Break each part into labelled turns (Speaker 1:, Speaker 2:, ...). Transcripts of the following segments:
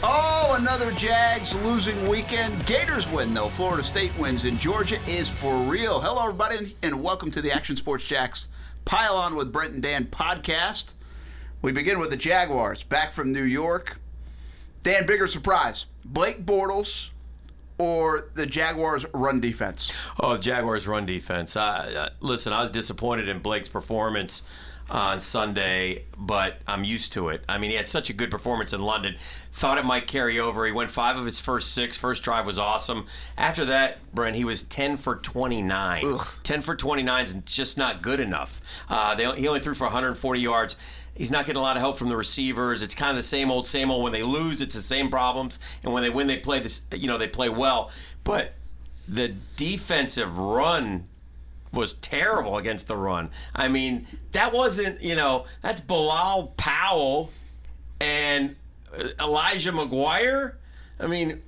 Speaker 1: Oh, another Jags losing weekend. Gators win, though. Florida State wins, and Georgia is for real. Hello, everybody, and welcome to the Action Sports Jacks Pile On with Brent and Dan podcast. We begin with the Jaguars, back from New York. Dan, bigger surprise Blake Bortles or the Jaguars' run defense?
Speaker 2: Oh, Jaguars run defense. Uh, listen, I was disappointed in Blake's performance on Sunday, but I'm used to it. I mean, he had such a good performance in London. Thought it might carry over. He went five of his first six. First drive was awesome. After that, Brent, he was 10 for 29.
Speaker 1: Ugh.
Speaker 2: 10 for 29 is just not good enough. Uh, they, he only threw for 140 yards. He's not getting a lot of help from the receivers. It's kind of the same old, same old. When they lose, it's the same problems, and when they win, they play this. You know, they play well, but the defensive run was terrible against the run. I mean, that wasn't, you know, that's Bilal Powell and uh, Elijah McGuire. I mean,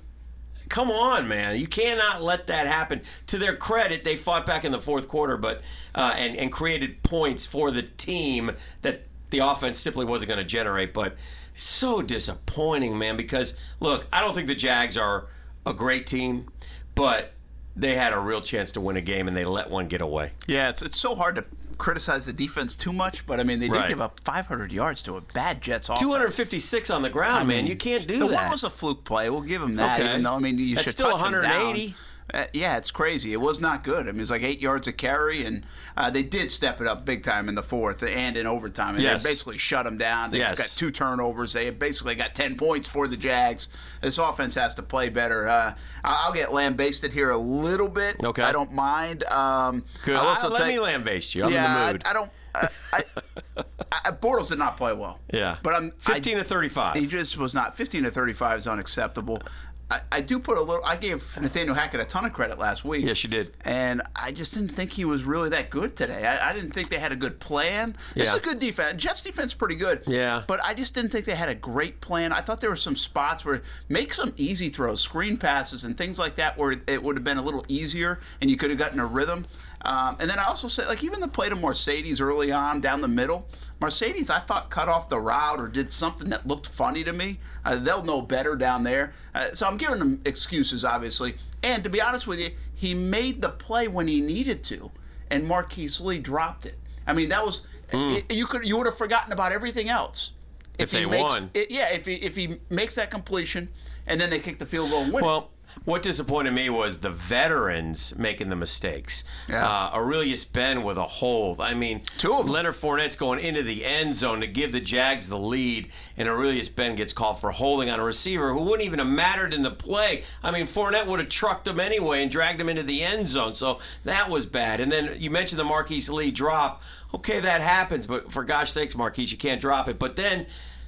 Speaker 2: come on, man. You cannot let that happen. To their credit, they fought back in the fourth quarter, but uh, and and created points for the team that the offense simply wasn't going to generate. But so disappointing, man. Because look, I don't think the Jags are a great team, but they had a real chance to win a game and they let one get away.
Speaker 3: Yeah, it's it's so hard to criticize the defense too much, but I mean they did
Speaker 2: Right.
Speaker 3: give up 500 yards to a bad Jets offense.
Speaker 2: 256 on the ground, man. You can't do
Speaker 3: Mm. the
Speaker 2: that.
Speaker 3: one was a fluke play. We'll give him that.
Speaker 2: Okay.
Speaker 3: Even though I mean you
Speaker 2: That's
Speaker 3: should
Speaker 2: still
Speaker 3: touch him down.
Speaker 2: 180.
Speaker 3: Uh, yeah, it's crazy. It was not good. I mean, it's like eight yards of carry, and uh, they did step it up big time in the fourth and in overtime. And
Speaker 2: Yes.
Speaker 3: They basically shut them down. They
Speaker 2: Yes.
Speaker 3: got two turnovers. They basically got 10 points for the Jags. This offense has to play better. Uh, I- I'll get lambasted here a little bit.
Speaker 2: Okay.
Speaker 3: I don't mind. Um,
Speaker 2: Good.
Speaker 3: I'll also
Speaker 2: let
Speaker 3: take-
Speaker 2: me lambaste you. I'm
Speaker 3: yeah,
Speaker 2: in
Speaker 3: I-
Speaker 2: the mood.
Speaker 3: I, don't. I, I, I, Bortles did not play well.
Speaker 2: yeah.
Speaker 3: but I'm
Speaker 2: 15
Speaker 3: I,
Speaker 2: to 35.
Speaker 3: He just was not. 15 to 35 is unacceptable. I, I do put a little. I gave Nathaniel Hackett a ton of credit last week.
Speaker 2: Yes, you did.
Speaker 3: And I just didn't think he was really that good today. I, I didn't think they had a good plan. This
Speaker 2: Yeah.
Speaker 3: is a good defense. Jets defense pretty good.
Speaker 2: Yeah.
Speaker 3: But I just didn't think they had a great plan. I thought there were some spots where make some easy throws, screen passes, and things like that, where it would have been a little easier and you could have gotten a rhythm. Um, and then I also said, like even the play to Mercedes early on down the middle, Mercedes I thought cut off the route or did something that looked funny to me. Uh, they'll know better down there. Uh, so I'm giving them excuses, obviously. And to be honest with you, he made the play when he needed to, and Marquise Lee dropped it. I mean that was it- you could you would have forgotten about everything else
Speaker 2: Hmm. If
Speaker 3: he
Speaker 2: they
Speaker 3: makes,
Speaker 2: won.
Speaker 3: it- yeah, if he if he makes that completion and then they kick the field goal and win. it.
Speaker 2: Well, what disappointed me was the veterans making the mistakes.
Speaker 3: Yeah.
Speaker 2: Uh, Aurelius Ben with a hold. I mean,
Speaker 3: Two of 'em.
Speaker 2: Leonard Fournette's going into the end zone to give the Jags the lead, and Aurelius Ben gets called for holding on a receiver who wouldn't even have mattered in the play. I mean, Fournette would have trucked him anyway and dragged him into the end zone, so that was bad. And then you mentioned the Marquise Lee drop. Okay, that happens, but for gosh sakes, Marquise, you can't drop it. But then,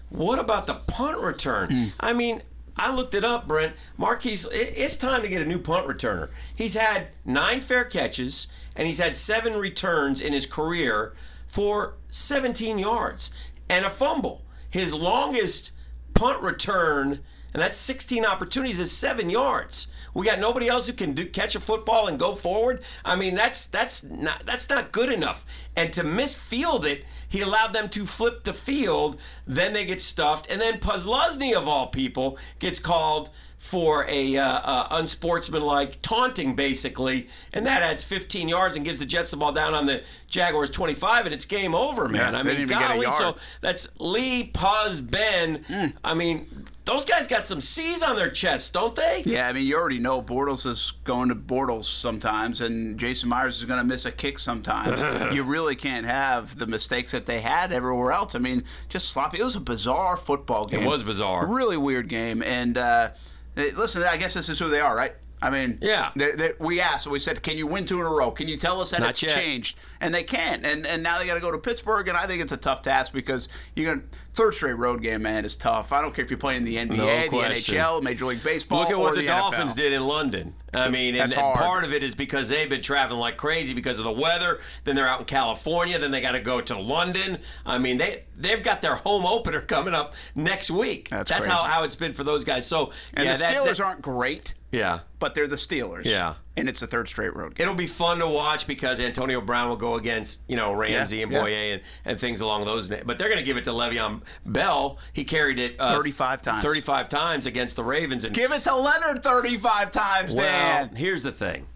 Speaker 2: what about the punt return? I mean, I looked it up, Brent. Marquise, i- it's time to get a new punt returner. He's had nine fair catches and he's had seven returns in his career for 17 yards and a fumble. His longest punt return, and that's 16 opportunities, is seven yards. We got nobody else who can do, catch a football and go forward. I mean, that's that's not that's not good enough. And to misfield it, he allowed them to flip the field. Then they get stuffed, and then Puzlosny of all people gets called for a uh, uh, unsportsmanlike taunting, basically, and that adds 15 yards and gives the Jets the ball down on the Jaguars 25, and it's game over, man.
Speaker 3: Yeah,
Speaker 2: I
Speaker 3: they
Speaker 2: mean,
Speaker 3: didn't even get a
Speaker 2: golly, so
Speaker 3: yard.
Speaker 2: that's Lee, Puz, Ben.
Speaker 3: Hmm.
Speaker 2: I mean, those guys got some C's on their chests, don't they?
Speaker 3: Yeah, I mean, you already know Bortles is going to Bortles sometimes, and Jason Myers is going to miss a kick sometimes. you really can't have the mistakes that they had everywhere else. I mean, just sloppy. It was a bizarre football game.
Speaker 2: was bizarre.
Speaker 3: Really weird game. And uh, eh, listen, I guess this is who they are, right? I mean,
Speaker 2: Yeah.
Speaker 3: They, they, we asked, and we said, "Can you win two in a row? Can you tell us that
Speaker 2: Not
Speaker 3: it's
Speaker 2: yet.
Speaker 3: changed?" And they can't. And and now they got to go to Pittsburgh, and I think it's a tough task because you're going to third straight road game, man, is tough. I don't care if you're playing in the NBA, the
Speaker 2: question.
Speaker 3: NHL, Major League Baseball.
Speaker 2: Look at
Speaker 3: Or
Speaker 2: what the, Dolphins
Speaker 3: NFL.
Speaker 2: did in London. I mean, and,
Speaker 3: That's
Speaker 2: and
Speaker 3: hard.
Speaker 2: part of it is because they've been traveling like crazy because of the weather. Then they're out in California. Then they got to go to London. I mean, they they've got their home opener coming up next week.
Speaker 3: That's
Speaker 2: how
Speaker 3: crazy.
Speaker 2: how it's been for those guys. So
Speaker 3: And
Speaker 2: yeah,
Speaker 3: the
Speaker 2: that-
Speaker 3: Steelers
Speaker 2: that-
Speaker 3: aren't great.
Speaker 2: Yeah.
Speaker 3: but they're the Steelers.
Speaker 2: Yeah.
Speaker 3: and it's the third straight road game.
Speaker 2: It'll be fun to watch because Antonio Brown will go against, you know, Ramsey
Speaker 3: Yeah,
Speaker 2: and
Speaker 3: yeah.
Speaker 2: Boyer and, and things along those. na- But they're going to give it to Le'Veon Bell. He carried it uh,
Speaker 3: 35 times.
Speaker 2: 35 times against the Ravens. And
Speaker 3: Give it to Leonard 35 times,
Speaker 2: Well,
Speaker 3: Dan.
Speaker 2: here's the thing.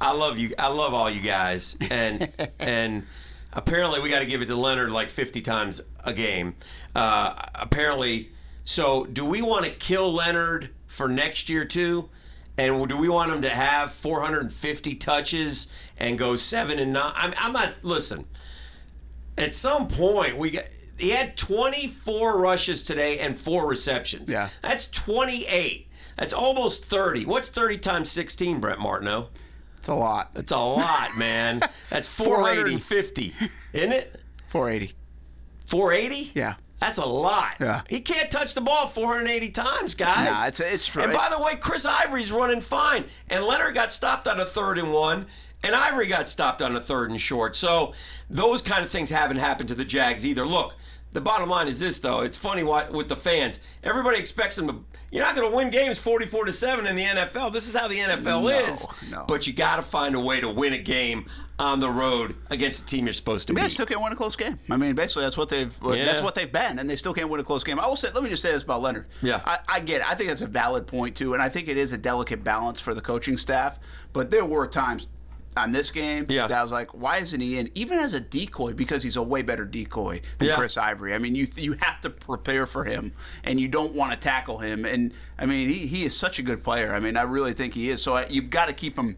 Speaker 2: I love you. I love all you guys, and and apparently we got to give it to Leonard like 50 times a game. Uh, apparently, so do we want to kill Leonard for next year too? And do we want him to have 450 touches and go seven and nine? I'm, I'm not. Listen, at some point we got. He had 24 rushes today and four receptions.
Speaker 3: Yeah.
Speaker 2: That's 28. That's almost 30. What's 30 times 16, Brett Martineau?
Speaker 3: It's a lot.
Speaker 2: That's a lot, man. That's 450, isn't it?
Speaker 3: 480.
Speaker 2: 480?
Speaker 3: Yeah.
Speaker 2: That's a lot.
Speaker 3: Yeah.
Speaker 2: He can't touch the ball 480 times, guys.
Speaker 3: Nah, it's- it's true.
Speaker 2: And by the way, Chris Ivory's running fine. And Leonard got stopped on a third and one, and Ivory got stopped on a third and short. So those kind of things haven't happened to the Jags either. Look, the bottom line is this, though. It's funny what, with the fans. Everybody expects them to. You're not going to win games 44 to 7 in the NFL. This is how the NFL is.
Speaker 3: no.
Speaker 2: But you got to find a way to win a game on the road against a team you're supposed to
Speaker 3: They
Speaker 2: beat.
Speaker 3: still can't win a close game. I mean, basically, that's what they've uh, that's what they've been, and they still can't win a close game. I will say, let me just say this about Leonard.
Speaker 2: Yeah.
Speaker 3: I, I get. It. I think that's a valid point too, and I think it is a delicate balance for the coaching staff. But there were times on this game
Speaker 2: Yeah.
Speaker 3: that I was like, why isn't he in? Even as a decoy, because he's a way better decoy than
Speaker 2: Yeah.
Speaker 3: Chris Ivory. I mean, you you have to prepare for him, and you don't want to tackle him. And I mean, he he is such a good player. I mean, I really think he is. So I, you've got to keep him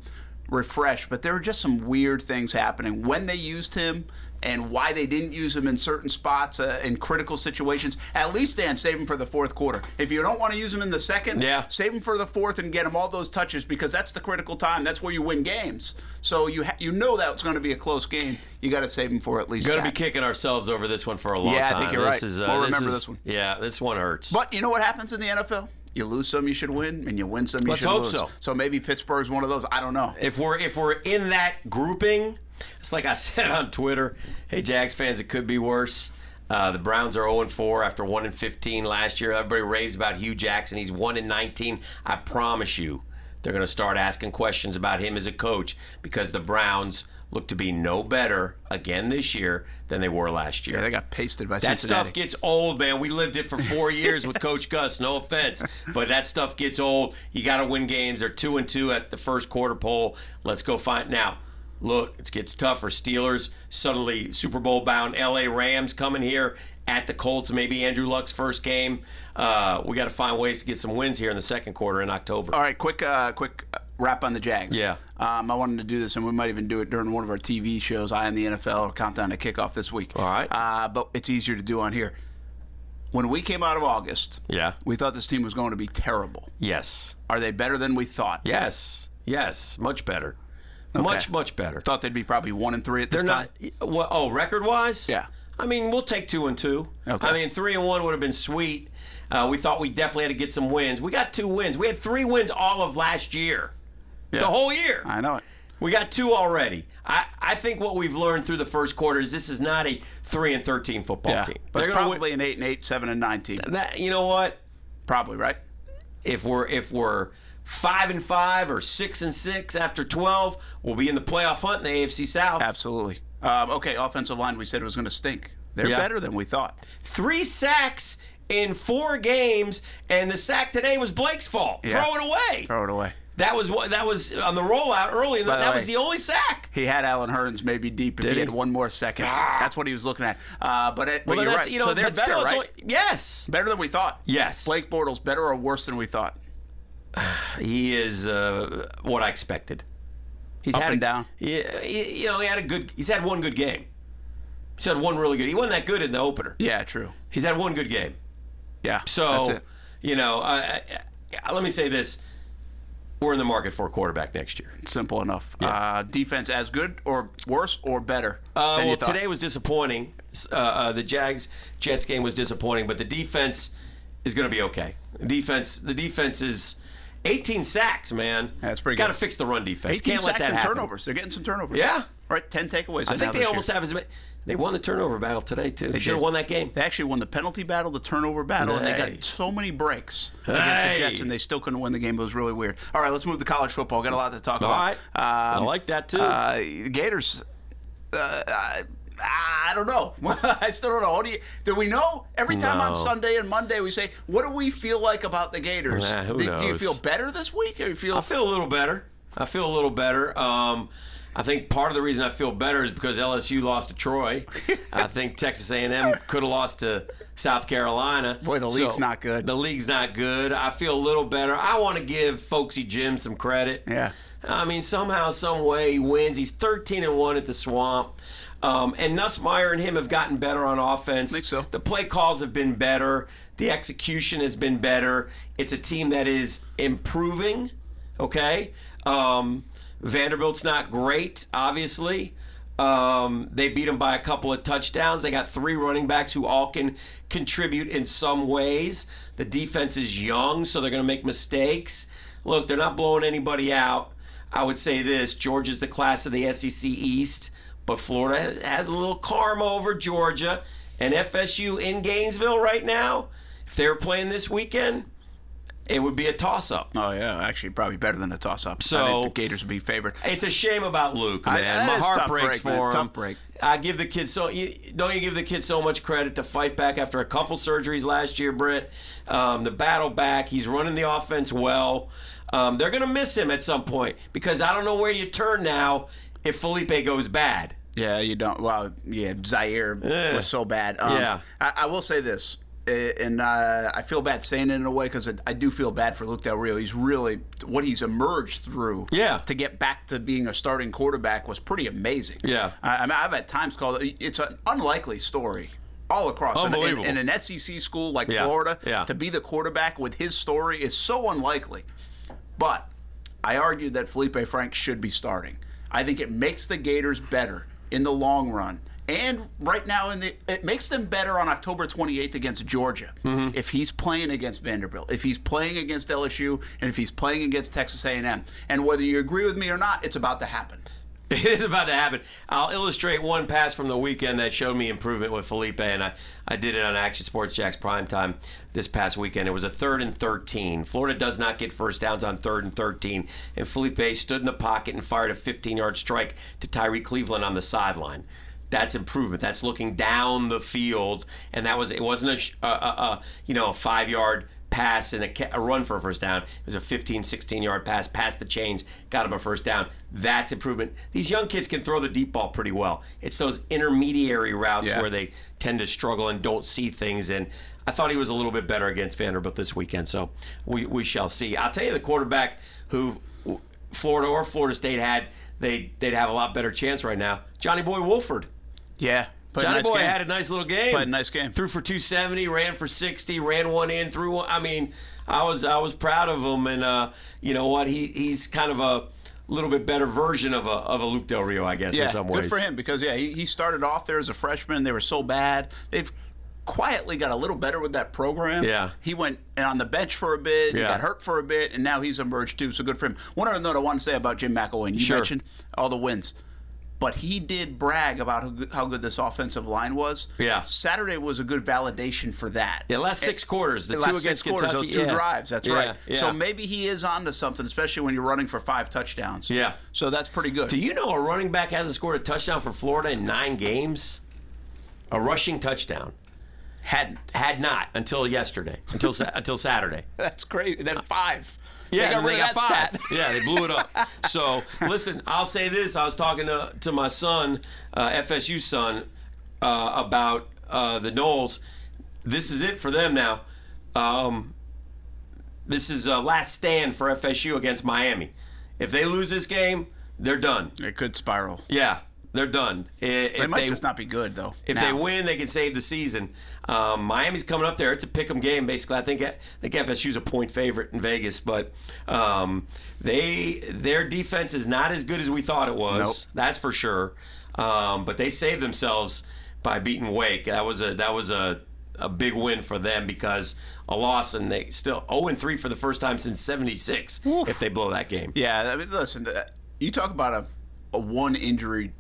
Speaker 3: refreshed. But there were just some weird things happening when they used him. And why they didn't use him in certain spots uh, in critical situations. At least, Dan, save him for the fourth quarter. If you don't want to use him in the second,
Speaker 2: Yeah.
Speaker 3: save him for the fourth and get him all those touches because that's the critical time. That's where you win games. So you ha- you know that it's going to be a close game. You got to save him for at least.
Speaker 2: Going to
Speaker 3: that.
Speaker 2: be kicking ourselves over this one for a long
Speaker 3: Yeah, I
Speaker 2: time.
Speaker 3: think you're right.
Speaker 2: This is, uh,
Speaker 3: We'll remember
Speaker 2: is-
Speaker 3: this one.
Speaker 2: Yeah, this one hurts.
Speaker 3: But you know what happens in the NFL? You lose some, you should win, and you win some, you
Speaker 2: Let's
Speaker 3: should
Speaker 2: hope
Speaker 3: lose.
Speaker 2: so.
Speaker 3: maybe Pittsburgh's one of those. I don't know.
Speaker 2: if we're if we're in that grouping, it's like I said on Twitter. Hey, Jags fans, it could be worse. Uh, the Browns are 0 4 after 1 15 last year. Everybody raves about Hugh Jackson. He's 1 19. I promise you, they're going to start asking questions about him as a coach because the Browns look to be no better again this year than they were last year.
Speaker 3: Yeah, they got pasted by
Speaker 2: That
Speaker 3: Cincinnati.
Speaker 2: stuff gets old, man. We lived it for four years with Coach Gus. No offense, but that stuff gets old. You got to win games. They're two and two at the first quarter poll. Let's go find now. Look, it gets tougher. Steelers suddenly Super Bowl bound. L.A. Rams coming here at the Colts. Maybe Andrew Luck's first game. Uh, we got to find ways to get some wins here in the second quarter in October.
Speaker 3: All right, quick, uh, quick uh, wrap on the Jags.
Speaker 2: Yeah.
Speaker 3: Um, I wanted to do this, and we might even do it during one of our TV shows, Eye on the NFL or Countdown to Kickoff this week.
Speaker 2: All right.
Speaker 3: Uh, but it's easier to do on here. When we came out of August,
Speaker 2: Yeah.
Speaker 3: we thought this team was going to be terrible.
Speaker 2: Yes.
Speaker 3: Are they better than we thought?
Speaker 2: Yes. Yes. Much better. Much much better.
Speaker 3: Thought they'd be probably one and three at this
Speaker 2: They're
Speaker 3: time.
Speaker 2: not. What, oh, record wise?
Speaker 3: Yeah.
Speaker 2: I mean, we'll take two and two.
Speaker 3: Okay.
Speaker 2: I mean, three and one would have been sweet. Uh, we thought we definitely had to get some wins. We got two wins. We had three wins all of last year, the whole year.
Speaker 3: I know it.
Speaker 2: We got two already. I, I think what we've learned through the first quarter is this is not a three and thirteen football
Speaker 3: Yeah.
Speaker 2: team.
Speaker 3: But it's
Speaker 2: gonna win-
Speaker 3: probably an eight and eight, seven and nine team.
Speaker 2: that, you know what?
Speaker 3: Probably right.
Speaker 2: If we're if we're five and five or six and six after twelve, we'll be in the playoff hunt in the AFC South.
Speaker 3: Absolutely. Um, okay, offensive line we said it was going to stink. They're
Speaker 2: Yeah.
Speaker 3: better than we thought.
Speaker 2: three sacks in four games, and the sack today was Blake's fault.
Speaker 3: Yeah.
Speaker 2: Throw it away.
Speaker 3: Throw it away.
Speaker 2: That was what that was on the rollout early. and
Speaker 3: By the
Speaker 2: that was
Speaker 3: way-
Speaker 2: the only sack.
Speaker 3: He had Alan Hearns maybe deep if he,
Speaker 2: he? Ah.
Speaker 3: had one more second. That's what he was looking at. Uh, but it, but
Speaker 2: But
Speaker 3: you're
Speaker 2: that's-
Speaker 3: right.
Speaker 2: you know,
Speaker 3: so they're
Speaker 2: but
Speaker 3: better,
Speaker 2: still, it's
Speaker 3: right?
Speaker 2: only- yes,
Speaker 3: better than we thought.
Speaker 2: yes.
Speaker 3: Blake Bortles better or worse than we thought.
Speaker 2: he is uh, what I expected. He's
Speaker 3: Up
Speaker 2: had
Speaker 3: and
Speaker 2: a-
Speaker 3: down.
Speaker 2: Yeah, he- you know, he had a good. He's had one good game. He's had one really good. He wasn't that good in the opener.
Speaker 3: Yeah, true.
Speaker 2: He's had one good game.
Speaker 3: Yeah.
Speaker 2: So,
Speaker 3: that's it.
Speaker 2: you know, I, I, I, let me say this: we're in the market for a quarterback next year.
Speaker 3: simple enough. Uh, defense as good or worse or better
Speaker 2: Uh,
Speaker 3: than you
Speaker 2: well,
Speaker 3: thought.
Speaker 2: today was disappointing. S- Uh, uh, the Jags Jets game was disappointing, but the defense is going to be okay. Defense, the defense is 18 sacks, man.
Speaker 3: That's pretty
Speaker 2: Got to
Speaker 3: good.
Speaker 2: fix the run defense.
Speaker 3: 18
Speaker 2: Can't
Speaker 3: sacks
Speaker 2: let that
Speaker 3: and
Speaker 2: happen.
Speaker 3: turnovers. They're getting some turnovers.
Speaker 2: Yeah,
Speaker 3: All right, ten takeaways.
Speaker 2: I think they almost have as many. They won the turnover battle today too. They should have
Speaker 3: did.
Speaker 2: won that game.
Speaker 3: They actually won the penalty battle, the turnover battle, and they
Speaker 2: Hey.
Speaker 3: got so many breaks against the
Speaker 2: Hey.
Speaker 3: Jets, and they still couldn't win the game. It was really weird. All right, let's move to college football. Got a lot to talk
Speaker 2: All
Speaker 3: about.
Speaker 2: right, I
Speaker 3: Um,
Speaker 2: like that too.
Speaker 3: uh, Gators. Uh, I, I don't know. I still don't know. What do, you, do we know? Every time on
Speaker 2: No.
Speaker 3: Sunday and Monday, we say, "What do we feel like about the Gators?"
Speaker 2: Nah, who
Speaker 3: do, do you
Speaker 2: knows?
Speaker 3: feel better this week? Or you feel?
Speaker 2: I feel a little better. I feel a little better. Um, I think part of the reason I feel better is because LSU lost to Troy. I think Texas A&M could have lost to South Carolina.
Speaker 3: Boy, the league's not good.
Speaker 2: The league's not good. I feel a little better. I want to give Folksy Jim some credit.
Speaker 3: Yeah.
Speaker 2: I mean, somehow, some way, he wins. He's 13 and one at the Swamp. Um, and Nussmeyer and him have gotten better on offense.
Speaker 3: Think so.
Speaker 2: The play calls have been better. The execution has been better. It's a team that is improving. Okay. Um, Vanderbilt's not great, obviously. Um, they beat them by a couple of touchdowns. They got three running backs who all can contribute in some ways. The defense is young, so they're going to make mistakes. Look, they're not blowing anybody out. I would say this Georgia's the class of the SEC East, but Florida has a little karma over Georgia and FSU in Gainesville right now. If they were playing this weekend, it would be a toss up.
Speaker 3: oh yeah, actually, probably better than a toss-up. I
Speaker 2: So-
Speaker 3: think the Gators would be favored.
Speaker 2: It's a shame about Luke,
Speaker 3: I-
Speaker 2: man.
Speaker 3: that
Speaker 2: My
Speaker 3: is
Speaker 2: heart
Speaker 3: tough
Speaker 2: breaks
Speaker 3: break, man.
Speaker 2: for him.
Speaker 3: Tough break.
Speaker 2: I give the kid so you, don't you give the kid so much credit to fight back after a couple surgeries last year, Britt. Um, the battle back. He's running the offense well. Um, they're gonna miss him at some point because I don't know where you turn now if Felipe goes bad.
Speaker 3: Yeah, you don't. Well, yeah, Zaire
Speaker 2: Yeah.
Speaker 3: was so bad. Um,
Speaker 2: Yeah.
Speaker 3: I, I will say this, eh, and uh, I feel bad saying it in a way because I, I do feel bad for Luke Del Rio. He's really what he's emerged through.
Speaker 2: Yeah.
Speaker 3: to get back to being a starting quarterback was pretty amazing.
Speaker 2: Yeah.
Speaker 3: I, I mean, I've at times called it- it's an unlikely story. All across, And- and-
Speaker 2: Unbelievable.
Speaker 3: and an SEC school like
Speaker 2: Yeah.
Speaker 3: Florida
Speaker 2: Yeah.
Speaker 3: to be the quarterback with his story is so unlikely. But I argued that Felipe Frank should be starting. I think it makes the Gators better in the long run. And right now, in the it makes them better on October 28th against Georgia.
Speaker 2: Mm-hmm.
Speaker 3: If he's playing against Vanderbilt, if he's playing against LSU, and if he's playing against Texas A&M, and whether you agree with me or not, it's about to happen.
Speaker 2: It is about to happen. I'll illustrate one pass from the weekend that showed me improvement with Felipe, and I, I did it on Action Sports Jack's primetime this past weekend. It was a third and 13. Florida does not get first downs on third and 13, and Felipe stood in the pocket and fired a 15 yard strike to Tyree Cleveland on the sideline. That's improvement. That's looking down the field, and that was it. wasn't a, sh- a, a, a you know a five yard pass and a, ca- a run for a first down. It was a 15, 16 yard pass, past the chains, got him a first down. That's improvement. These young kids can throw the deep ball pretty well. It's those intermediary routes
Speaker 3: Yeah.
Speaker 2: where they tend to struggle and don't see things. And I thought he was a little bit better against Vanderbilt this weekend. So we, we shall see. I'll tell you the quarterback who Florida or Florida State had, they, they'd have a lot better chance right now. Johnny Boy Wolford.
Speaker 3: Yeah, but
Speaker 2: Johnny Boy had a nice little game.
Speaker 3: Played a nice game.
Speaker 2: Threw for 270, ran for 60, ran one in, threw one. I mean, I was I was proud of him, and uh, you know what? He he's kind of a little bit better version of a of a Luke Del Rio, I guess, in some ways.
Speaker 3: Good for him because yeah, he, he started off there as a freshman. They were so bad. They've quietly got a little better with that program.
Speaker 2: Yeah.
Speaker 3: He went on the bench for a bit. He
Speaker 2: Yeah.
Speaker 3: got hurt for a bit, and now he's emerged too. So good for him. One other note I want to say about Jim McElwain. You
Speaker 2: Sure.
Speaker 3: mentioned all the wins. But he did brag about how good, how good this offensive line was.
Speaker 2: Yeah.
Speaker 3: Saturday was a good validation for that.
Speaker 2: Yeah, last six quarters, the
Speaker 3: The
Speaker 2: two
Speaker 3: last six
Speaker 2: against
Speaker 3: quarters,
Speaker 2: Kentucky,
Speaker 3: those two
Speaker 2: yeah.
Speaker 3: drives. That's
Speaker 2: Yeah,
Speaker 3: right.
Speaker 2: yeah.
Speaker 3: So maybe he is onto something, especially when you're running for five touchdowns.
Speaker 2: Yeah.
Speaker 3: So that's pretty good.
Speaker 2: Do you know a running back hasn't scored a touchdown for Florida in nine games? A rushing touchdown
Speaker 3: hadn't.
Speaker 2: had not until yesterday, until sa- until Saturday.
Speaker 3: That's crazy. Then five.
Speaker 2: Yeah, and
Speaker 3: rid
Speaker 2: they
Speaker 3: of
Speaker 2: got
Speaker 3: that
Speaker 2: five.
Speaker 3: stat.
Speaker 2: Yeah, they blew it up. So listen, I'll say this: I was talking to to my son, uh, FSU son, uh, about uh, the Knowles. This is it for them now. Um, this is a last stand for FSU against Miami. If they lose this game, they're done.
Speaker 3: It could spiral.
Speaker 2: Yeah, they're done. I- If
Speaker 3: It might just not be good though.
Speaker 2: if
Speaker 3: now.
Speaker 2: they win, they can save the season. Um, Miami's coming up there. It's a pick 'em game, basically. I think I think FSU's a point favorite in Vegas, but um, they their defense is not as good as we thought it was. That's for sure. Um, but they saved themselves by beating Wake. That was a that was a a big win for them because a loss and they still 0 and 3 for the first time since 76 if they blow that game.
Speaker 3: yeah, I mean, listen. uh, You talk about a, a one injury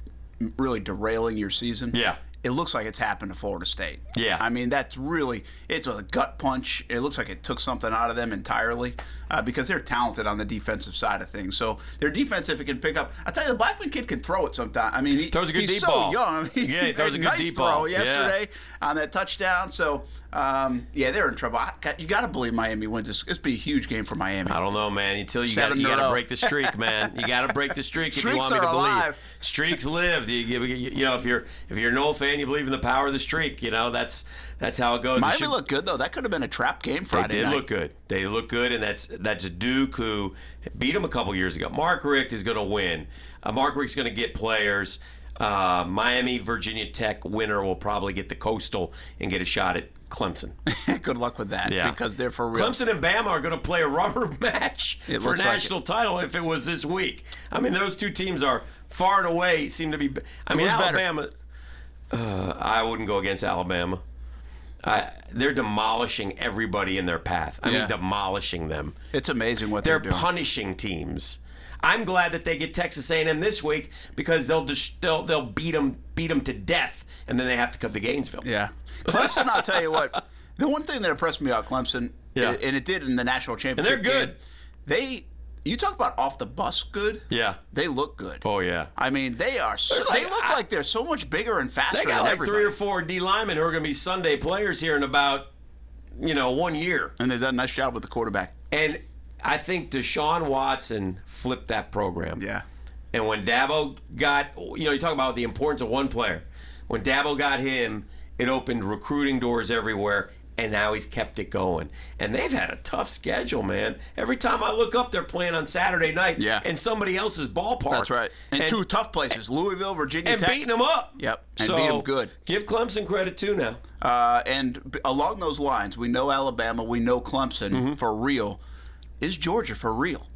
Speaker 3: really derailing your season.
Speaker 2: Yeah.
Speaker 3: It looks like it's happened to Florida State.
Speaker 2: Yeah.
Speaker 3: I mean, that's really, it's a gut punch. It looks like it took something out of them entirely uh, because they're talented on the defensive side of things. So their defense, if it can pick up, I tell you, the Blackman kid can throw it sometimes. I mean, he,
Speaker 2: Throws a good
Speaker 3: he's
Speaker 2: deep
Speaker 3: so
Speaker 2: ball.
Speaker 3: young. I mean,
Speaker 2: Yeah, he throws a good
Speaker 3: nice
Speaker 2: deep
Speaker 3: throw
Speaker 2: ball. Yeah.
Speaker 3: yesterday on that touchdown. So, um, yeah, they're in trouble. I, you got to believe Miami wins this. This be a huge game for Miami.
Speaker 2: I don't know, man. Until you got
Speaker 3: Seven
Speaker 2: you
Speaker 3: in a
Speaker 2: got to
Speaker 3: row.
Speaker 2: break the streak, man. You got to break the streak if you
Speaker 3: Streaks
Speaker 2: want me to
Speaker 3: are
Speaker 2: believe.
Speaker 3: alive.
Speaker 2: Streaks live. You, you, you know, if you're if you're an old fan, you believe in the power of the streak. You know, that's that's how it goes. It
Speaker 3: Miami
Speaker 2: should-
Speaker 3: looked good though. That could have been a trap game
Speaker 2: They
Speaker 3: Friday
Speaker 2: did
Speaker 3: night.
Speaker 2: look good. They look good, and that's that's Duke who beat him a couple years ago. Mark Richt is going to win. Uh, Mark Richt's going to get players. Uh, Miami, Virginia Tech winner will probably get the Coastal and get a shot at Clemson.
Speaker 3: good luck with that
Speaker 2: Yeah.
Speaker 3: because they're for real.
Speaker 2: Clemson and Bama are going to play a rubber match
Speaker 3: It
Speaker 2: for
Speaker 3: looks like
Speaker 2: national title if it was this week. I mean, those two teams are far and away seem to be. I mean,
Speaker 3: Who's better?
Speaker 2: Alabama. Uh, I wouldn't go against Alabama. I, they're demolishing everybody in their path. I
Speaker 3: Yeah.
Speaker 2: mean, demolishing them.
Speaker 3: It's amazing what
Speaker 2: They're
Speaker 3: they're, doing.
Speaker 2: punishing teams. I'm glad that they get Texas A&M this week because they'll just they'll, they'll beat them beat them to death, and then they have to come to Gainesville.
Speaker 3: yeah, Clemson. I'll tell you what. The one thing that impressed me about Clemson,
Speaker 2: Yeah.
Speaker 3: and it did in the national championship.
Speaker 2: they're good.
Speaker 3: game, they, you talk about off the bus good.
Speaker 2: Yeah.
Speaker 3: they look good.
Speaker 2: Oh yeah.
Speaker 3: I mean, they are. So,
Speaker 2: like-
Speaker 3: they look
Speaker 2: I-
Speaker 3: like they're so much bigger and faster
Speaker 2: They got
Speaker 3: than
Speaker 2: like
Speaker 3: everybody.
Speaker 2: three or four D linemen who are going to be Sunday players here in about, you know, one year.
Speaker 3: and they've done a nice job with the quarterback.
Speaker 2: And I think Deshaun Watson flipped that program.
Speaker 3: Yeah.
Speaker 2: And when Dabo got, you know, you talk about the importance of one player. When Dabo got him, it opened recruiting doors everywhere, and now he's kept it going. And they've had a tough schedule, man. Every time I look up, they're playing on Saturday night
Speaker 3: Yeah.
Speaker 2: in somebody else's ballpark.
Speaker 3: And,
Speaker 2: And,
Speaker 3: two tough places, Louisville, Virginia
Speaker 2: and
Speaker 3: Tech.
Speaker 2: beating them up.
Speaker 3: Yep, and
Speaker 2: so
Speaker 3: beat 'em good.
Speaker 2: Give Clemson credit too now.
Speaker 3: Uh, and b- along those lines, we know Alabama, we know Clemson
Speaker 2: Mm-hmm.
Speaker 3: for real. Is Georgia for real?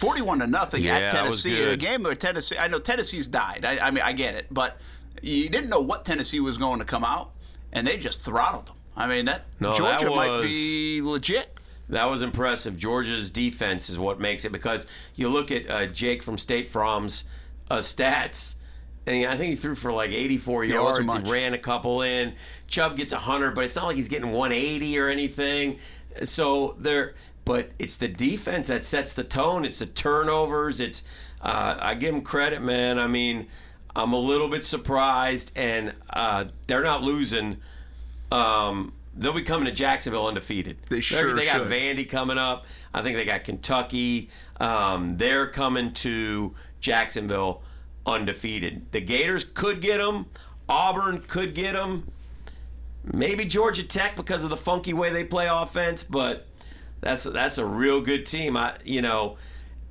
Speaker 3: Forty-one to nothing
Speaker 2: Yeah,
Speaker 3: at
Speaker 2: that was
Speaker 3: Tennessee. A
Speaker 2: good.
Speaker 3: game where Tennessee. I know Tennessee's died. I, I mean, I get it, but you didn't know what Tennessee was going to come out, and they just throttled them. I mean, that
Speaker 2: No, that
Speaker 3: Georgia might
Speaker 2: was-
Speaker 3: be legit.
Speaker 2: That was impressive. Georgia's defense is what makes it because you look at uh, Jake from State From's uh, stats, and he, I think he threw for like 84
Speaker 3: it wasn't
Speaker 2: yards. He
Speaker 3: much.
Speaker 2: ran a couple in. Chubb gets 100, but it's not like he's getting 180 or anything. So they're, but it's the defense that sets the tone. It's the turnovers. It's, uh, I give him credit, man. I mean, I'm a little bit surprised, and uh, they're not losing. Um, they'll be coming to Jacksonville undefeated.
Speaker 3: They
Speaker 2: They're-
Speaker 3: sure
Speaker 2: They got
Speaker 3: should.
Speaker 2: Vandy coming up. I think they got Kentucky. Um, they're coming to Jacksonville undefeated. The Gators could get them. Auburn could get them. Maybe Georgia Tech because of the funky way they play offense, but that's that's a real good team. I you know.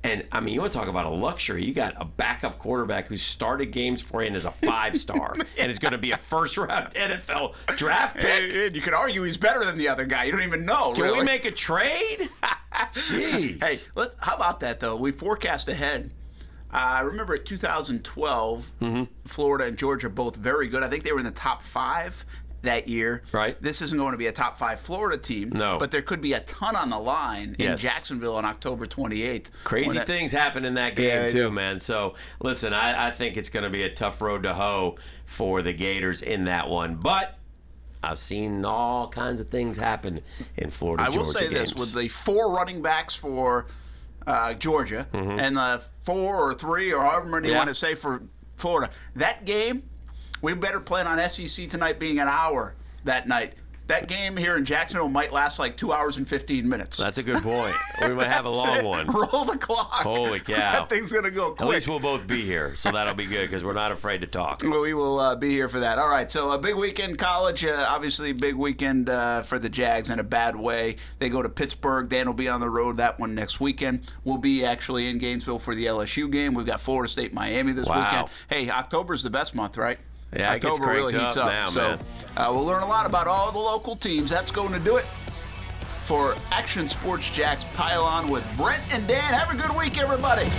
Speaker 2: And I mean, you want to talk about a luxury? You got a backup quarterback who started games for you and is a five star, and is going to be a first round NFL draft pick.
Speaker 3: And, and you could argue he's better than the other guy. You don't even know.
Speaker 2: Can
Speaker 3: really.
Speaker 2: we make a trade? Jeez.
Speaker 3: Hey, let's. How about that though? We forecast ahead. I remember at 2012,
Speaker 2: Mm-hmm.
Speaker 3: Florida and Georgia both very good. I think they were in the top five that year.
Speaker 2: Right.
Speaker 3: This isn't going to be a top five Florida team.
Speaker 2: No.
Speaker 3: But there could be a ton on the line
Speaker 2: Yes.
Speaker 3: in Jacksonville on October 28th.
Speaker 2: Crazy
Speaker 3: when that-
Speaker 2: things happen in that game
Speaker 3: Yeah, they
Speaker 2: too,
Speaker 3: do.
Speaker 2: man. So listen, I, I think it's going to be a tough road to hoe for the Gators in that one, but. I've seen all kinds of things happen in Florida.
Speaker 3: I will
Speaker 2: Georgia
Speaker 3: say this:
Speaker 2: games.
Speaker 3: with the four running backs for uh, Georgia and the four or three or however many
Speaker 2: Mm-hmm. Yeah.
Speaker 3: you want to say for Florida, that game we better plan on SEC tonight being an hour that night. That game here in Jacksonville might last like two hours and fifteen minutes.
Speaker 2: that's a good point. we might have a long one.
Speaker 3: Roll the clock.
Speaker 2: Holy cow.
Speaker 3: That thing's gonna go
Speaker 2: At
Speaker 3: quick.
Speaker 2: least we'll both be here, so that'll be good because we're not afraid to talk.
Speaker 3: Well, we will uh, be here for that. All right. So a big weekend, college. Uh, obviously, big weekend uh, for the Jags in a bad way. They go to Pittsburgh. Dan will be on the road that one next weekend. We'll be actually in Gainesville for the LSU game. We've got Florida State, Miami this
Speaker 2: Wow.
Speaker 3: weekend. Hey, October's the best month, right?
Speaker 2: Yeah, it gets
Speaker 3: October really heats
Speaker 2: cranked up
Speaker 3: up.
Speaker 2: now,
Speaker 3: so
Speaker 2: man.
Speaker 3: Uh, we'll learn a lot about all the local teams. That's going to do it for Action Sports Jacks Pylon with Brent and Dan. Have a good week, everybody.